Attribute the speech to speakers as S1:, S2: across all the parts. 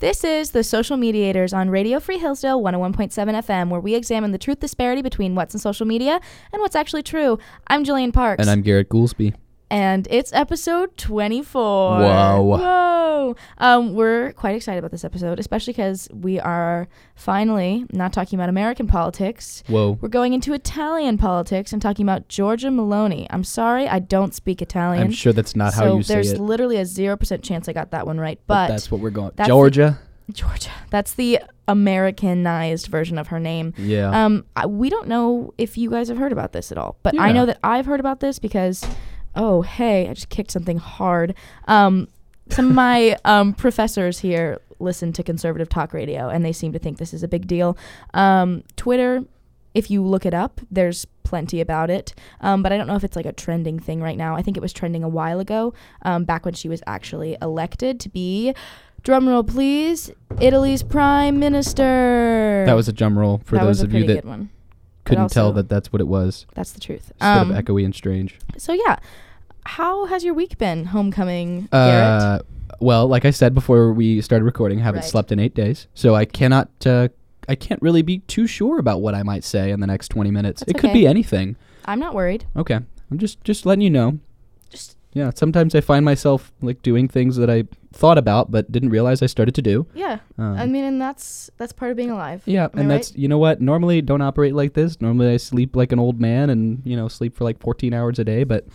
S1: This is The Social Mediators on Radio Free Hillsdale 101.7 FM, where we examine the truth disparity between what's in social media and what's actually true. I'm Jillian Parks.
S2: And I'm Garrett Goolsby.
S1: and it's episode 24.
S2: Wow.
S1: Whoa. Um, we're quite excited about this episode, especially because we are finally not talking about American politics.
S2: Whoa.
S1: We're going into Italian politics and talking about Georgia Maloney. I'm sorry, I don't speak Italian.
S2: I'm sure that's not
S1: so
S2: how you say
S1: there's
S2: it.
S1: literally a 0% chance I got that one right. But,
S2: but that's what we're going.
S1: that's the-
S2: Georgia.
S1: Georgia. That's the Americanized version of her name.
S2: yeah.
S1: Um, I, we don't know if you guys have heard about this at all, but I
S2: Yeah.
S1: know that I've heard about this because, oh hey, I just kicked something hard. Um, some of my um, professors here listen to conservative talk radio, and they seem to think this is a big deal. Um, Twitter, if you look it up, there's plenty about it, um, but I don't know if it's like a trending thing right now. I think it was trending a while ago, um, back when she was actually elected to be. Drumroll, please. Italy's prime minister
S2: that was a drum roll for
S1: that was
S2: those
S1: a
S2: of you
S1: pretty
S2: that
S1: good one.
S2: couldn't tell
S1: also-
S2: that that's what it was.
S1: That's the truth.
S2: Instead
S1: Um,
S2: of echoey and strange.
S1: so yeah, how has your week been? Homecoming, Garrett.
S2: Uh, well, like I said before we started recording, I haven't
S1: Right.
S2: slept in eight days, so I cannot. Uh, I can't really be too sure about what I might say in the next 20 minutes.
S1: That's
S2: it could
S1: okay.
S2: be anything.
S1: I'm not worried.
S2: Okay. I'm just just letting you know.
S1: Just
S2: Yeah, sometimes I find myself like doing things that I thought about but didn't realize I started to do.
S1: yeah.
S2: Um,
S1: I mean, and that's that's part of being alive.
S2: Yeah,
S1: Am I
S2: and
S1: right?
S2: that's you know what. Normally, don't operate like this. Normally, I sleep like an old man, and you know, sleep for like 14 hours a day. But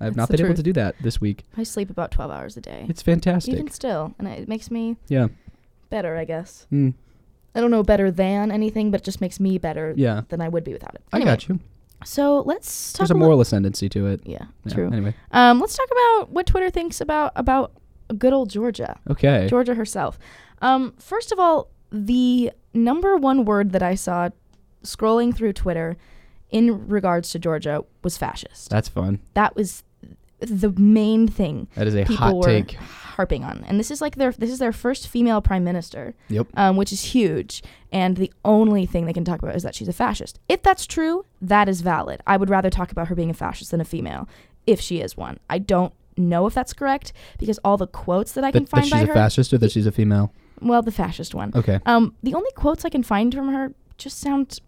S2: I've
S1: That's
S2: not
S1: the
S2: been able
S1: truth.
S2: to do that this week.
S1: I sleep about 12 hours a day,
S2: It's fantastic.
S1: even still, and it makes me
S2: yeah,
S1: better, I guess.
S2: mm,
S1: I don't know better than anything, but it just makes me better
S2: yeah.
S1: than I would be without it.
S2: I
S1: Anyway,
S2: got you.
S1: So let's talk
S2: There's a
S1: li-
S2: moral ascendancy to it.
S1: Yeah,
S2: Yeah,
S1: true.
S2: Anyway,
S1: Um, let's talk about what Twitter thinks about about good old Georgia.
S2: okay.
S1: Georgia herself. Um, first of all, the number one word that I saw scrolling through Twitter in regards to Georgia was fascist.
S2: That's fun.
S1: That was the main thing
S2: That is a
S1: people
S2: hot
S1: were
S2: take.
S1: harping on, and this is like their this is their first female prime minister,
S2: Yep.
S1: um, which is huge. And the only thing they can talk about is that she's a fascist. If that's true, that is valid. I would rather talk about her being a fascist than a female, if she is one. I don't know if that's correct because all the quotes that I can
S2: That, that
S1: find
S2: she's
S1: by
S2: a
S1: her,
S2: fascist or that she's a female.
S1: well, the fascist one.
S2: Okay.
S1: Um, the only quotes I can find from her just sound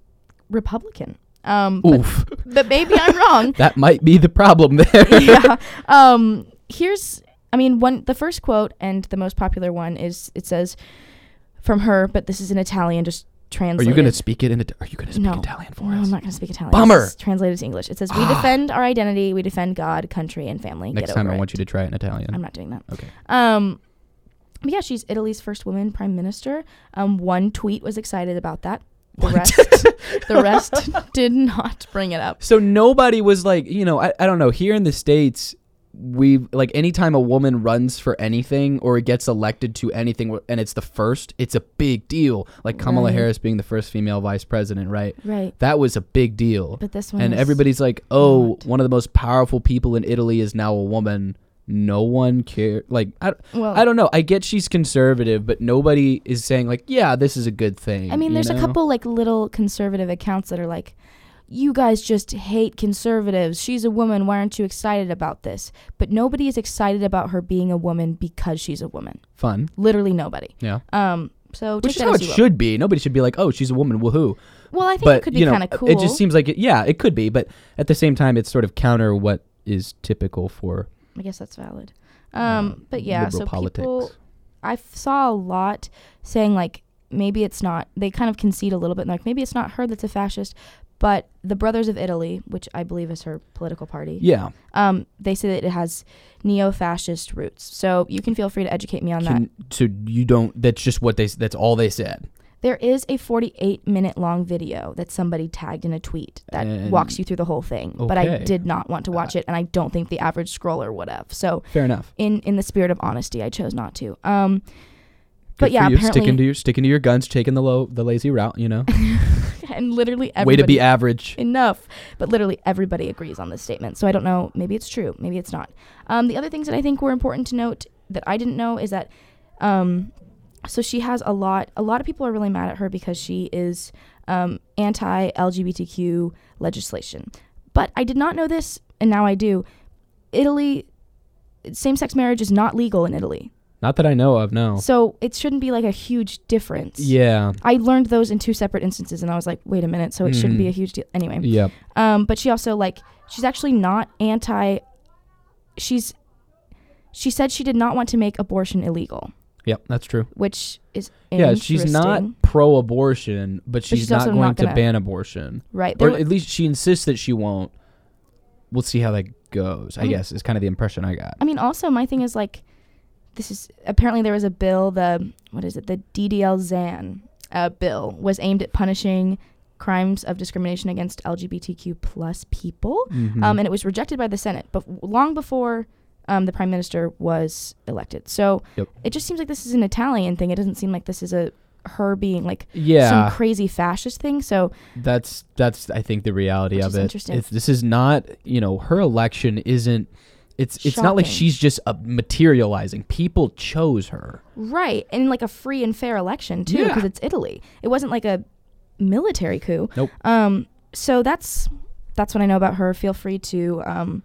S1: Republican. Um, but,
S2: Oof.
S1: but maybe I'm wrong.
S2: That might be the problem there.
S1: yeah. Um, here's, I mean, one the first quote and the most popular one is it says from her, but this is in Italian, just
S2: Are
S1: translated.
S2: you gonna speak it in? It- Are you gonna speak
S1: No.
S2: Italian for
S1: No,
S2: us?
S1: I'm not going to speak Italian.
S2: Bummer. Ah.
S1: It's translated to English. It says, "We defend our identity. We defend God, country, and family."
S2: Next
S1: Get
S2: time,
S1: over
S2: I
S1: it.
S2: want you to try it in Italian.
S1: I'm not doing that.
S2: Okay.
S1: Um, but yeah, she's Italy's first woman prime minister. Um, one tweet was excited about that. The rest, the rest did not bring it up.
S2: So nobody was like, you know, I, I don't know. Here in the States, we like anytime a woman runs for anything or gets elected to anything and it's the first, it's a big deal. Like Kamala
S1: Right.
S2: Harris being the first female vice president, right?
S1: Right,
S2: That was a big deal.
S1: but this one
S2: And
S1: was-
S2: everybody's like, oh,
S1: not.
S2: one of the most powerful people in Italy is now a woman. No one care. Like, I,
S1: Well,
S2: I don't know. I get she's conservative, but nobody is saying, like, yeah, this is a good thing.
S1: I mean,
S2: you
S1: there's a
S2: know?
S1: couple like little conservative accounts that are like, "You guys just hate conservatives. She's a woman. Why aren't you excited about this?" But nobody is excited about her being a woman because she's a woman.
S2: Fun.
S1: Literally nobody.
S2: Yeah.
S1: Um, so
S2: Which
S1: take
S2: is
S1: that
S2: how
S1: as
S2: it
S1: you will.
S2: should be. Nobody should be like, oh, she's a woman. Woohoo.
S1: Well, I think
S2: but
S1: it could be
S2: you know,
S1: kind of cool.
S2: It just seems like it, yeah, it could be, but at the same time, it's sort of counter what is typical for
S1: I guess that's valid.
S2: uh,
S1: Um, but yeah,
S2: liberal
S1: so
S2: politics.
S1: people, I f- saw a lot saying like maybe it's not. They kind of concede a little bit, and like maybe it's not her that's a fascist, but the Brothers of Italy, which I believe is her political party,
S2: yeah,
S1: um, they say that it has neo-fascist roots. So you can feel free to educate me on that.
S2: Can- so you don't. That's just what they. s- That's all they said.
S1: There is a 48-minute-long video that somebody tagged in a tweet that
S2: And-
S1: walks you through the whole thing. But I
S2: Okay. Uh,
S1: did not want to watch it, and I don't think the average scroller would have. So
S2: Fair enough.
S1: in in the spirit of honesty, I chose not to. Um, but
S2: Good
S1: yeah,
S2: for you.
S1: apparently,
S2: sticking to your sticking to your guns, taking the low the lazy route. You know,
S1: and literally
S2: way
S1: everybody
S2: to be average.
S1: enough. But literally everybody agrees on this statement. So I don't know. Maybe it's true. Maybe it's not. Um, the other things that I think were important to note that I didn't know is that, um, so she has a lot. A lot of people are really mad at her because she is um, anti-LGBTQ legislation. But I did not know this, and now I do. Italy, same-sex marriage is not legal in Italy.
S2: Not that I know of, no.
S1: So it shouldn't be like a huge difference.
S2: Oh. Yeah.
S1: I learned those in two separate instances, and I was like, wait a minute, so it shouldn't be
S2: Mhm.
S1: a huge deal. Anyway,
S2: Yep.
S1: um, but she also like she's actually not anti. She's she said she did not want to make abortion illegal,
S2: Yep, that's true.
S1: which is
S2: Yeah, she's not
S1: interesting.
S2: pro-abortion, but she's,
S1: she's
S2: not
S1: also
S2: going
S1: not
S2: to
S1: gonna-
S2: ban abortion.
S1: right. There
S2: Or
S1: were-
S2: at least she insists that she won't. We'll see how that goes. I
S1: Mm.
S2: guess is kind of the impression I got.
S1: I mean, also my thing is like, this is apparently there was a bill, the what is it, the DDL Zan uh, bill was aimed at punishing crimes of discrimination against LGBTQ plus people,
S2: Hmm.
S1: um, and it was rejected by the Senate, but long before. Um, the prime minister was elected, so
S2: Yep.
S1: it just seems like this is an Italian thing. It doesn't seem like this is a her being like
S2: yeah,
S1: some crazy fascist thing. So
S2: that's that's I think the reality
S1: Which
S2: of
S1: is
S2: it.
S1: interesting.
S2: It's, this is not you know her election isn't. It's it's not like
S1: Shocking.
S2: she's just uh, materializing. People chose her.
S1: right, and like a free and fair election too,
S2: Yeah.
S1: because it's Italy. It wasn't like a military coup.
S2: Nope.
S1: Um, so that's that's what I know about her. Feel free to um,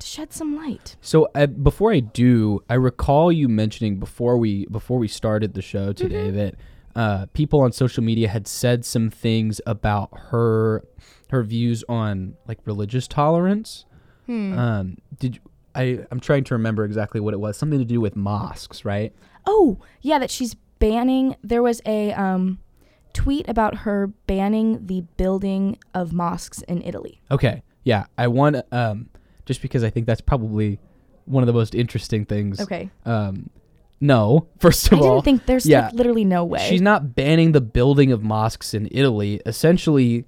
S1: to shed some light.
S2: So uh, before I do, I recall you mentioning before we before we started the show today
S1: Mm-hmm.
S2: that uh, people on social media had said some things about her her views on like religious tolerance.
S1: Hmm.
S2: Um, did you- I? I'm trying to remember exactly what it was. Something to do with mosques, right?
S1: Oh, yeah, that she's banning. There was a um, tweet about her banning the building of mosques in Italy.
S2: Okay, yeah. I want um, just because I think that's probably one of the most interesting things.
S1: Okay,
S2: Um, no, first
S1: I
S2: of all,
S1: didn't think there's
S2: yeah.
S1: like literally no way.
S2: She's not banning the building of mosques in Italy. Essentially,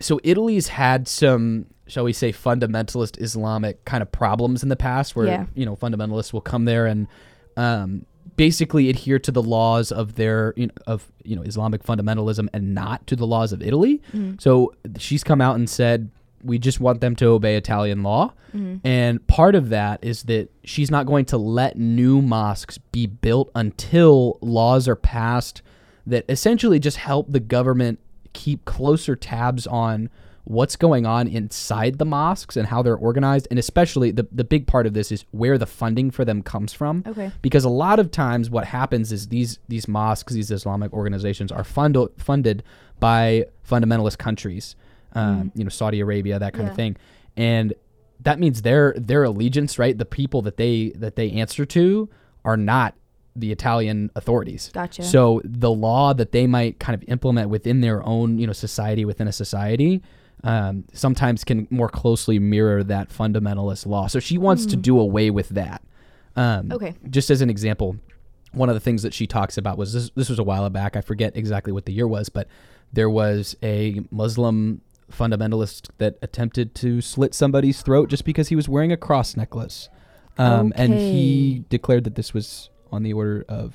S2: so Italy's had some, shall we say, fundamentalist Islamic kind of problems in the past where,
S1: Yeah.
S2: you know, fundamentalists will come there and um, basically adhere to the laws of their, you know, of, you know, Islamic fundamentalism and not to the laws of Italy.
S1: Mm-hmm.
S2: So she's come out and said, we just want them to obey Italian law.
S1: Mm-hmm.
S2: And part of that is that she's not going to let new mosques be built until laws are passed that essentially just help the government keep closer tabs on what's going on inside the mosques and how they're organized. And especially the, the big part of this is where the funding for them comes from
S1: okay.
S2: because a lot of times what happens is these these mosques these islamic organizations are fund- funded by fundamentalist countries um, you know saudi arabia that
S1: Hmm.
S2: kind
S1: Yeah.
S2: of thing and that means their their allegiance right the people that they that they answer to are not the italian authorities
S1: Gotcha.
S2: so the law that they might kind of implement within their own, you know, society within a society, um, sometimes can more closely mirror that fundamentalist law. So she wants to do away with that. Um,
S1: Okay.
S2: Just as an example, one of the things that she talks about was this. This was a while back. I forget exactly what the year was, but there was a Muslim fundamentalist that attempted to slit somebody's throat just because he was wearing a cross necklace, um, and he declared that this was on the order of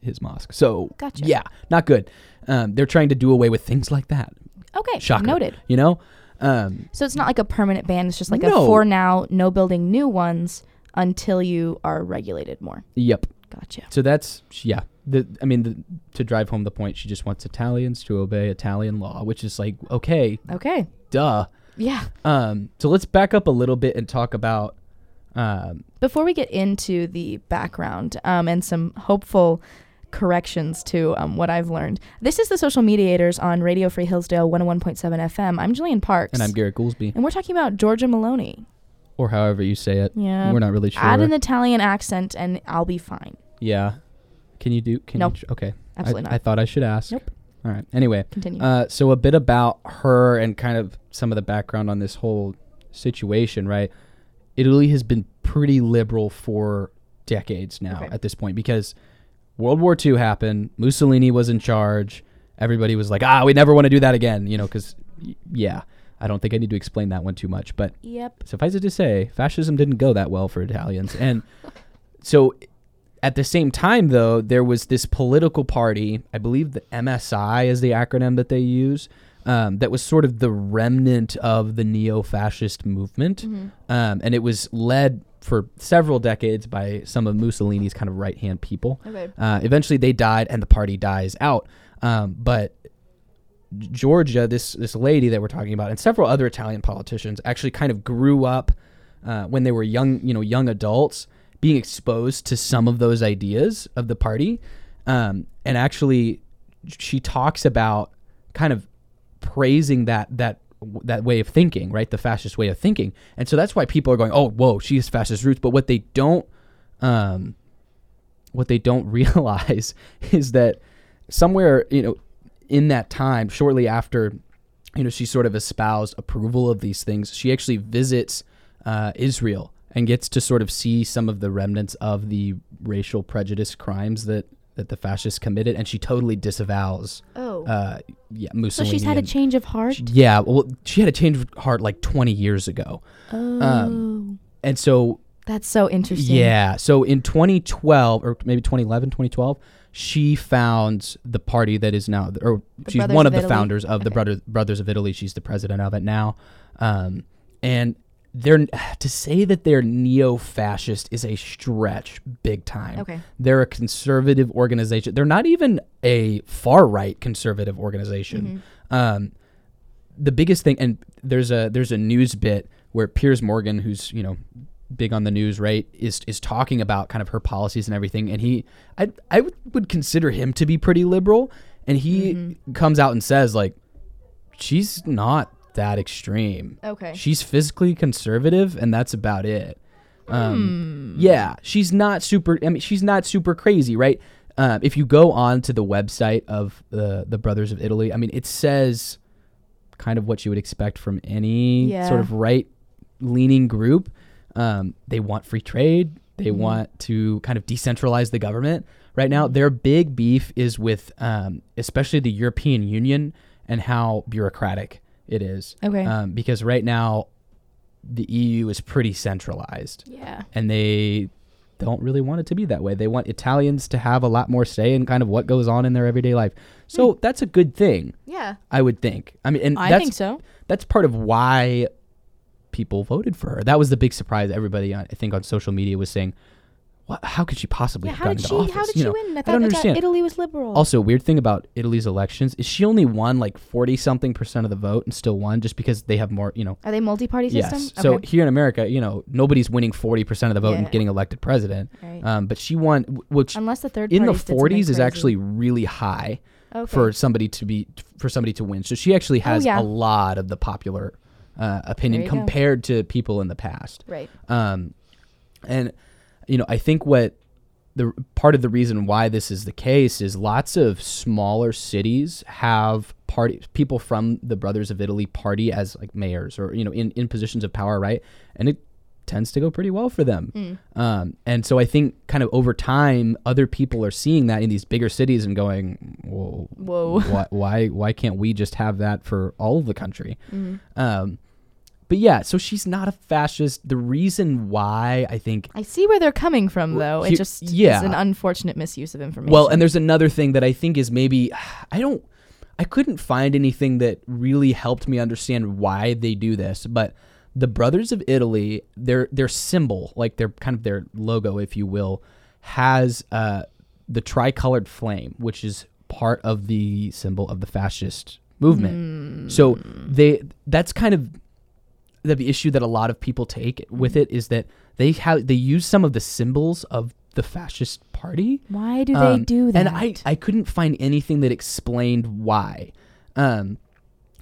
S2: his mosque. So
S1: Gotcha.
S2: yeah, not good. Um, they're trying to do away with things like that.
S1: okay.
S2: Shocker.
S1: Noted.
S2: You know, um,
S1: So it's not like a permanent ban. It's just like a
S2: No.
S1: for now, no building new ones until you are regulated more.
S2: yep.
S1: Gotcha.
S2: So that's yeah. The I mean, the, to drive home the point, she just wants Italians to obey Italian law, which is like okay,
S1: Okay.
S2: duh.
S1: Yeah.
S2: Um, so let's back up a little bit and talk about. Um,
S1: Before we get into the background um, and some hopeful corrections to um, what I've learned, this is the Social Mediators on Radio Free Hillsdale 101.7 FM. I'm Jillian Parks.
S2: and I'm Garrett Goolsby,
S1: And we're talking about Georgia Maloney.
S2: or however you say it.
S1: Yeah.
S2: We're not really sure.
S1: Add an Italian accent and I'll be fine.
S2: yeah. Can you do? Can
S1: No.
S2: you? tr- Okay. I-
S1: Absolutely not.
S2: I thought I should ask.
S1: Nope.
S2: All right. Anyway,
S1: Continue.
S2: Uh, so a bit about her and kind of some of the background on this whole situation, right? Italy has been pretty liberal for decades now
S1: Okay.
S2: at this point because World War II happened, Mussolini was in charge, everybody was like, ah, we never want to do that again, you know, because, yeah, I don't think I need to explain that one too much, but
S1: yep.
S2: suffice it to say, fascism didn't go that well for Italians. And so at the same time, though, there was this political party, I believe the MSI is the acronym that they use, um, that was sort of the remnant of the neo fascist movement. Um, and it was led for several decades by some of Mussolini's kind of right hand people.
S1: Okay.
S2: Uh, eventually, they died, and the party dies out. Um, but Georgia, this this lady that we're talking about, and several other Italian politicians actually kind of grew up uh, when they were young, you know, young adults, being exposed to some of those ideas of the party. Um, and actually, she talks about kind of praising that that that way of thinking, right? The fascist way of thinking. And so that's why people are going, "Oh, whoa, she has fascist roots." But what they don't um, what they don't realize is that somewhere, you know, in that time, shortly after, you know, she sort of espoused approval of these things, she actually visits uh, Israel and gets to sort of see some of the remnants of the racial prejudice crimes that that the fascists committed, and she totally disavows.
S1: Oh.
S2: Uh, yeah,
S1: so
S2: Mussolini.
S1: she's had a
S2: and-
S1: change of heart.
S2: Yeah, well, she had a change of heart like 20 years ago,
S1: oh.
S2: and so
S1: that's so interesting.
S2: um, yeah. So in 2012 or maybe 2011, 2012, she founds the party that is now, or
S1: The
S2: she's
S1: Brothers
S2: one
S1: of
S2: of the
S1: Italy.
S2: founders of the
S1: Okay.
S2: Brothers Brothers of Italy. She's the president of it now, um, and they're to say that they're neo-fascist is a stretch, big time.
S1: Okay.
S2: They're a conservative organization. They're not even a far right conservative organization. Um, the biggest thing, and there's a there's a news bit where Piers Morgan, who's you know big on the news, right, is is talking about kind of her policies and everything, and he I I would, would consider him to be pretty liberal, and he comes out and says like she's not that extreme.
S1: Okay.
S2: She's physically conservative, and that's about it.
S1: Hmm.
S2: Um, Yeah, she's not super. I mean, she's not super crazy, right? Um, if you go on to the website of the the Brothers of Italy, I mean, it says kind of what you would expect from any
S1: Yeah.
S2: sort of right leaning group. Um, they want free trade. They
S1: Mm-hmm.
S2: want to kind of decentralize the government. Right now, their big beef is with, um, especially the European Union and how bureaucratic it is.
S1: Okay.
S2: Um, because right now, the EU is pretty centralized
S1: yeah.
S2: and they don't really want it to be that way. They want Italians to have a lot more say in kind of what goes on in their everyday life. So that's a good thing,
S1: Yeah.
S2: I would think. I mean, and
S1: Hmm. I
S2: that's,
S1: think so.
S2: That's part of why people voted for her. That was the big surprise. Everybody, on, I think, on social media was saying, "What? How could she possibly
S1: Yeah,
S2: have
S1: how
S2: gotten
S1: did
S2: into
S1: she?
S2: office?"
S1: How did
S2: You
S1: she
S2: know,
S1: win? I thought,
S2: I don't
S1: I thought
S2: understand.
S1: Italy was liberal.
S2: Also, weird thing about Italy's elections is she only won like forty something percent of the vote and still won just because they have more, you know,
S1: Are they multi-party system?
S2: Yes. So here in America, you know, nobody's winning 40% of the vote
S1: Yeah.
S2: and getting elected president.
S1: Right.
S2: Um, but she won, wh- which
S1: unless the third
S2: in the
S1: parties did something
S2: 40s is
S1: crazy.
S2: actually really high
S1: okay. Oh,
S2: for somebody to be for somebody to win. So she actually has
S1: yeah.
S2: a lot of the popular uh, opinion
S1: There you go.
S2: compared to people in the past.
S1: right.
S2: Um, and you know, I think what the part of the reason why this is the case is lots of smaller cities have party people from the Brothers of Italy party as like mayors or you know in in positions of power, right? And it tends to go pretty well for them. Um, and so I think kind of over time, other people are seeing that in these bigger cities and going, whoa,
S1: Whoa.
S2: why, why, why can't we just have that for all of the country? Um, but yeah, so she's not a fascist. The reason why I think
S1: I see where they're coming from, though. It
S2: here-
S1: just
S2: yeah.
S1: is an unfortunate misuse of information.
S2: well, and there's another thing that I think is maybe I don't I couldn't find anything that really helped me understand why they do this, but the Brothers of Italy, their their symbol, like their kind of their logo, if you will, has uh, the tricolored flame, which is part of the symbol of the fascist
S1: Hmm.
S2: movement. So they that's kind of the the issue that a lot of people take with it is that they have they use some of the symbols of the fascist party.
S1: why do they
S2: Um,
S1: do that?
S2: And I, I couldn't find anything that explained why. Um,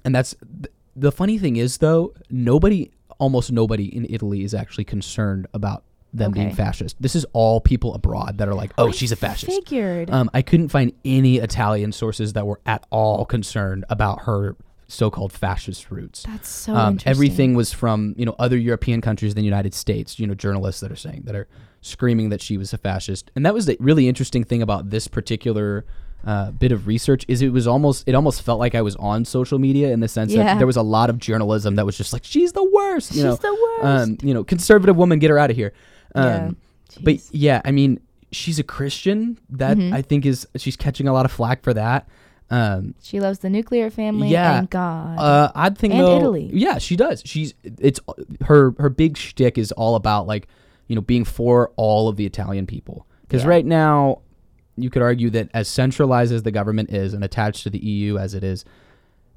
S2: and that's th- the funny thing is though, nobody, almost nobody in Italy is actually concerned about them being
S1: Okay.
S2: fascist. This is all people abroad that are like, oh,
S1: I
S2: she's a fascist.
S1: figured.
S2: Um, I couldn't find any Italian sources that were at all concerned about her so-called fascist roots
S1: That's so
S2: um,
S1: interesting.
S2: everything was from you know other European countries than the United States. You know journalists that are saying that are screaming that she was a fascist, and that was the really interesting thing about this particular uh, bit of research is it was almost it almost felt like I was on social media in the sense
S1: Yeah.
S2: that there was a lot of journalism that was just like she's the worst. You
S1: She's
S2: know,
S1: the worst.
S2: Um, you know, conservative woman, get her out of here.
S1: Yeah.
S2: Um, But
S1: Jeez.
S2: yeah, I mean, she's a Christian. That
S1: Mm-hmm.
S2: I think is she's catching a lot of flack for that. Um,
S1: she loves the nuclear family
S2: Yeah.
S1: and God.
S2: uh, odd thing
S1: And
S2: though.
S1: Italy.
S2: Yeah, she does. She's it's her her big shtick is all about like you know being for all of the Italian people because
S1: Yeah.
S2: right now you could E argue that as centralized as the government is and attached to the EU as it is,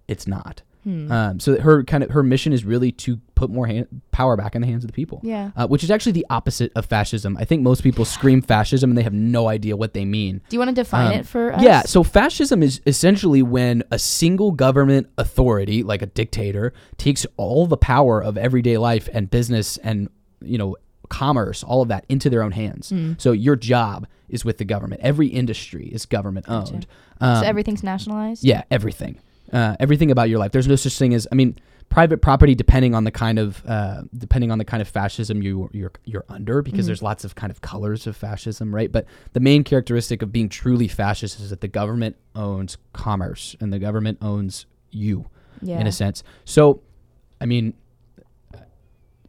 S2: it's not.
S1: Hmm.
S2: Um, so that her kind of her mission is really to put more hand, power back in the hands of the people.
S1: Yeah.
S2: Uh, which is actually the opposite of fascism. I think most people scream fascism and they have no idea what they mean.
S1: Do you want to define
S2: Um,
S1: it for us?
S2: Yeah, so fascism is essentially when a single government authority, like a dictator, takes all the power of everyday life and business and, you know, commerce, all of that into their own hands.
S1: Mm. Hmm.
S2: So your job is with the government. Every industry is government owned. Um,
S1: so everything's nationalized.
S2: yeah, everything. Uh, everything about your life. There's no such thing as. I mean, private property, depending on the kind of uh, depending on the kind of fascism you you're you're under, because there's lots of kind of colors of fascism, right? But the main characteristic of being truly fascist is that the government owns commerce and the government owns you
S1: Yeah.
S2: in a sense. So, I mean,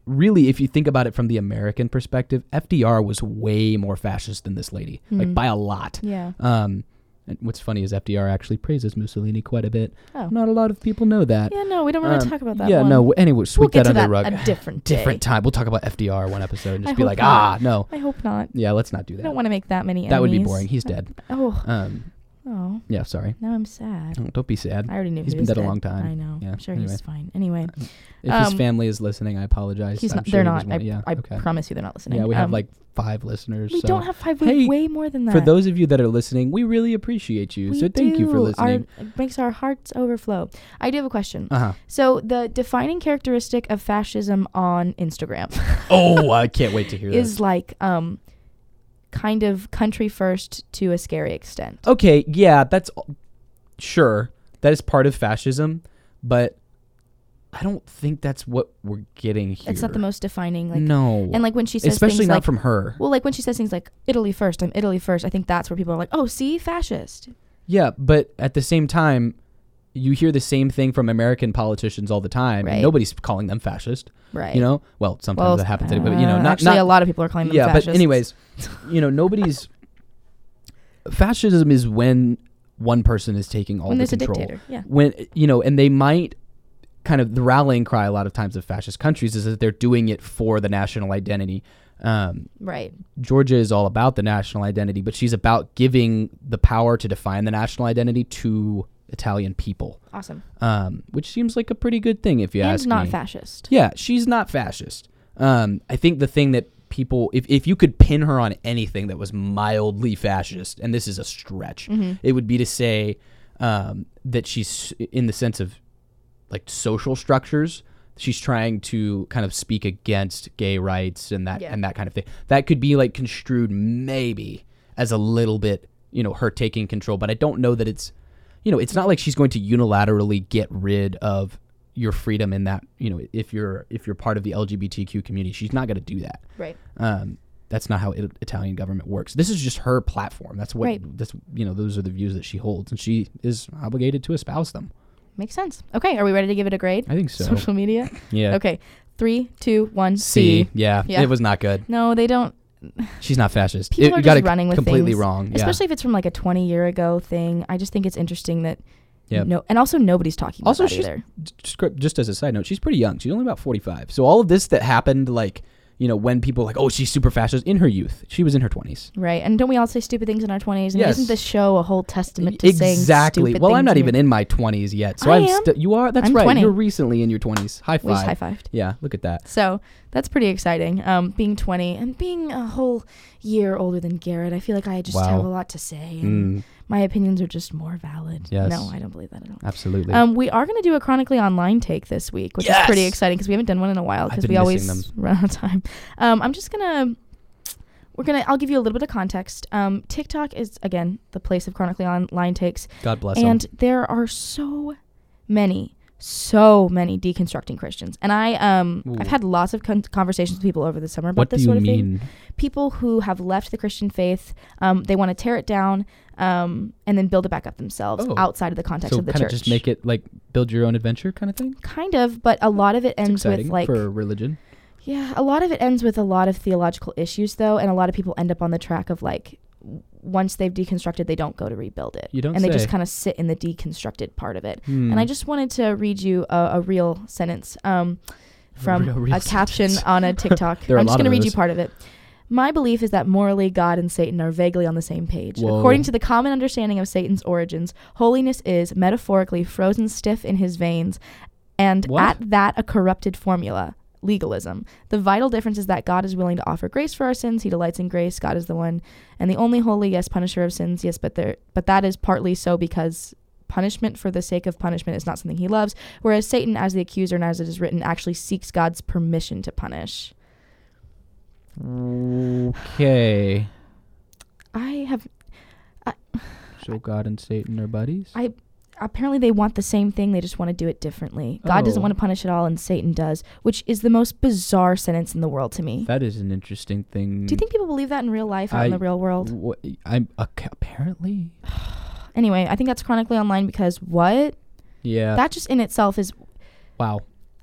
S2: really, if you think about it from the American perspective, FDR was way more fascist than this lady, like by a lot.
S1: Yeah.
S2: Um, and what's funny is FDR actually praises Mussolini quite a bit.
S1: Oh.
S2: Not a lot of people know that.
S1: Yeah. No, we don't want to
S2: Um,
S1: talk about that.
S2: Yeah,
S1: one.
S2: no. Anyway, sweep
S1: We'll get
S2: that
S1: to
S2: under
S1: that
S2: the rug.
S1: a different day.
S2: different time. We'll talk about FDR one episode and
S1: I
S2: just be
S1: hope
S2: like, ah,
S1: not.
S2: no.
S1: I hope not.
S2: Yeah, let's not do
S1: I
S2: that.
S1: don't want to make that many.
S2: that would be
S1: enemies.
S2: boring. He's dead.
S1: Oh.
S2: Um,
S1: Oh.
S2: yeah, sorry.
S1: Now I'm sad.
S2: Don't, don't be sad.
S1: I already knew
S2: He's
S1: he
S2: been
S1: was
S2: dead a
S1: dead.
S2: long time.
S1: I know.
S2: Yeah,
S1: I'm sure
S2: anyway.
S1: he's fine. Anyway,
S2: If his
S1: Um,
S2: family is listening, I apologize.
S1: he's
S2: I'm
S1: not.
S2: sure
S1: they're
S2: he was
S1: not. I,
S2: one- yeah,
S1: I
S2: okay.
S1: promise you, they're not listening.
S2: Yeah, we have
S1: Um,
S2: like five listeners.
S1: We
S2: so.
S1: don't have five. We have
S2: Hey,
S1: way more than that.
S2: For those of you that are listening, we really appreciate you.
S1: We
S2: so thank you for
S1: do. Our-
S2: listening.
S1: it makes our hearts overflow. I do have a question.
S2: Uh-huh.
S1: So the defining characteristic of fascism on Instagram
S2: oh, I can't wait to hear this.
S1: is like um kind of country first to a scary extent.
S2: Okay, yeah, that's sure. That is part of fascism, but I don't think that's what we're getting here.
S1: It's not the most defining like
S2: no,
S1: and like when she says
S2: Mm. especially
S1: things
S2: not
S1: like
S2: from her.
S1: well like when she says things like Italy first, I'm Italy first. I think that's where people are like, "Oh, see, fascist."
S2: Yeah, but at the same time, you hear the same thing from American politicians all the time. and
S1: Right.
S2: Nobody's calling them fascist.
S1: Right.
S2: You know, well, sometimes
S1: well,
S2: that happens, but you know,
S1: uh,
S2: not
S1: actually
S2: not
S1: a lot of people are calling them
S2: yeah
S1: fascists.
S2: but anyways you know nobody's fascism is when one person is taking all
S1: when
S2: the
S1: there's a
S2: control
S1: dictator. Yeah.
S2: when you know and they might kind of the rallying cry a lot of times of fascist countries is that they're doing it for the national identity um,
S1: Right.
S2: georgia is all about the national identity but she's about giving the power to define the national identity to italian people
S1: Awesome.
S2: um, which seems like a pretty good thing if you ask
S1: and not
S2: me
S1: fascist.
S2: yeah, she's not fascist. Um, I think the thing that people, if, if you could pin her on anything that was mildly fascist, and this is a stretch,
S1: Mm-hmm.
S2: it would be to say um, that she's, in the sense of like social structures, she's trying to kind of speak against gay rights and that
S1: Yeah.
S2: and that kind of thing. That could be like construed maybe as a little bit, you know, her taking control, but I don't know that it's you know, it's not like she's going to unilaterally get rid of your freedom in that, you know, if you're if you're part of the LGBTQ community, she's not going to do that.
S1: Right.
S2: Um, that's not how it, Italian government works. This is just her platform. That's what
S1: Right.
S2: that's you know, those are the views that she holds and she is obligated to espouse them.
S1: Makes sense. Okay, are we ready to give it a grade?
S2: I think so.
S1: Social media.
S2: Yeah.
S1: Okay, three, two, one.
S2: C.
S1: C.
S2: Yeah.
S1: Yeah.
S2: It was not good.
S1: No, they don't.
S2: She's not fascist.
S1: People
S2: It-
S1: are
S2: you got
S1: just
S2: it
S1: running with
S2: completely
S1: things,
S2: wrong. Yeah.
S1: Especially if it's from like a 20 year ago thing. I just think it's interesting that.
S2: Yep.
S1: No, and also nobody's talking
S2: Also,
S1: about that
S2: she's-
S1: either.
S2: just, just as a side note, she's pretty young. She's only about 45. So all of this that happened, like, you know, when people like, oh, she's super fascist in her youth. She was in her 20s.
S1: Right, and don't we all say stupid things in our 20s? And
S2: Yes.
S1: isn't this show a whole testament to saying
S2: exactly.
S1: stupid
S2: Well,
S1: things
S2: I'm not
S1: in your-
S2: even in my 20s yet. So
S1: I
S2: am
S1: am.
S2: still you are. That's
S1: I'm
S2: right.
S1: 20.
S2: You're recently in your 20s. High
S1: We just
S2: five.
S1: high fived.
S2: Yeah, look at that.
S1: So that's pretty exciting. Um, being 20 and being a whole year older than Garrett, I feel like I just
S2: Wow.
S1: have a lot to say. And
S2: Mm,
S1: My opinions are just more valid.
S2: Yes.
S1: No, I don't believe that at all.
S2: absolutely.
S1: Um, we are going to do a chronically online take this week, which is pretty
S2: Yes!
S1: exciting because we haven't done one in a while
S2: I've
S1: because
S2: been
S1: we always
S2: missing
S1: run out of time. Um, I'm just gonna we're gonna I'll give you a little bit of context. Um, TikTok is again the place of chronically online takes,
S2: God bless
S1: and
S2: him.
S1: there are so many, so many deconstructing Christians, and I um I've
S2: Ooh.
S1: had lots of con- conversations with people over the summer about
S2: What do
S1: this
S2: you
S1: sort of thing
S2: mean?
S1: people who have left the Christian faith, um, they want to tear it down um, and then build it back up themselves
S2: Oh.
S1: outside of the context
S2: So
S1: of the
S2: kind of
S1: church.
S2: just make it like build your own adventure kind of thing.
S1: kind of, but a lot of it
S2: It's
S1: ends
S2: exciting
S1: with like
S2: for religion.
S1: yeah, a lot of it ends with a lot of theological issues though, and a lot of people end up on the track of like w- once they've deconstructed, they don't go to rebuild it,
S2: You don't
S1: and they just
S2: say.
S1: kind of sit in the deconstructed part of it.
S2: Hmm.
S1: And I just wanted to read you a, a real sentence um, from
S2: real-
S1: a,
S2: real
S1: caption
S2: sentence.
S1: on a TikTok.
S2: There are a
S1: I'm just
S2: lot
S1: going
S2: of
S1: to read you
S2: those.
S1: part of it. My belief is that morally, God and Satan are vaguely on the same page.
S2: Whoa.
S1: According to the common understanding of Satan's origins, holiness is metaphorically frozen stiff in his veins and
S2: What?
S1: at that a corrupted formula legalism the vital difference is that god is willing to offer grace for our sins he delights in grace god is the one and the only holy yes punisher of sins yes but there but that is partly so because punishment for the sake of punishment is not something he loves whereas satan as the accuser and as it is written actually seeks god's permission to punish
S2: Okay.
S1: i have
S2: So God and Satan are buddies.
S1: I apparently they want the same thing. They just want to do it differently. God doesn't
S2: Oh.
S1: want to punish at all, and Satan does, which is the most bizarre sentence in the world to me.
S2: that is an interesting thing.
S1: do you think people believe that in real life, out in
S2: I-
S1: the real world?
S2: Wha- I'm ac- apparently.
S1: Anyway, I think that's chronically online because what?
S2: Yeah.
S1: That just in itself is,
S2: wow.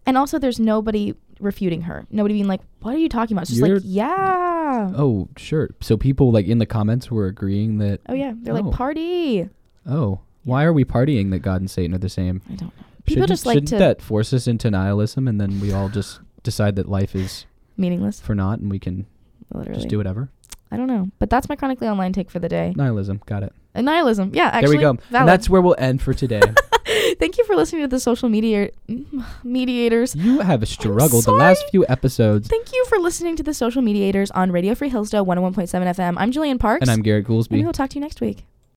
S1: and also there's nobody refuting her. Nobody being like, "What are you talking about?" It's just
S2: You're-
S1: like, "Yeah, oh,
S2: Oh, sure. So people like in the comments were agreeing that.
S1: yeah," they're
S2: Oh.
S1: like, "Party."
S2: Oh, why are we partying that God and Satan are the same?
S1: I don't know. People
S2: shouldn't
S1: just like
S2: shouldn't
S1: to
S2: that force us into nihilism, and then we all just decide that life is
S1: meaningless.
S2: for naught, and we can
S1: Literally,
S2: just do whatever.
S1: I don't know, but that's my chronically online take for the day.
S2: Nihilism. Got it.
S1: And nihilism, yeah. Actually,
S2: there we go.
S1: valid.
S2: And that's where we'll end for today.
S1: Thank you for listening to the social media mediators.
S2: you have struggled the last
S1: sorry.
S2: few episodes,
S1: Thank you for listening oh to the social mediators on Radio Free Hillsdale 101.7 FM. I'm Julian Parks.
S2: and I'm Garrett
S1: and
S2: Goolsby.
S1: we'll talk to you next week.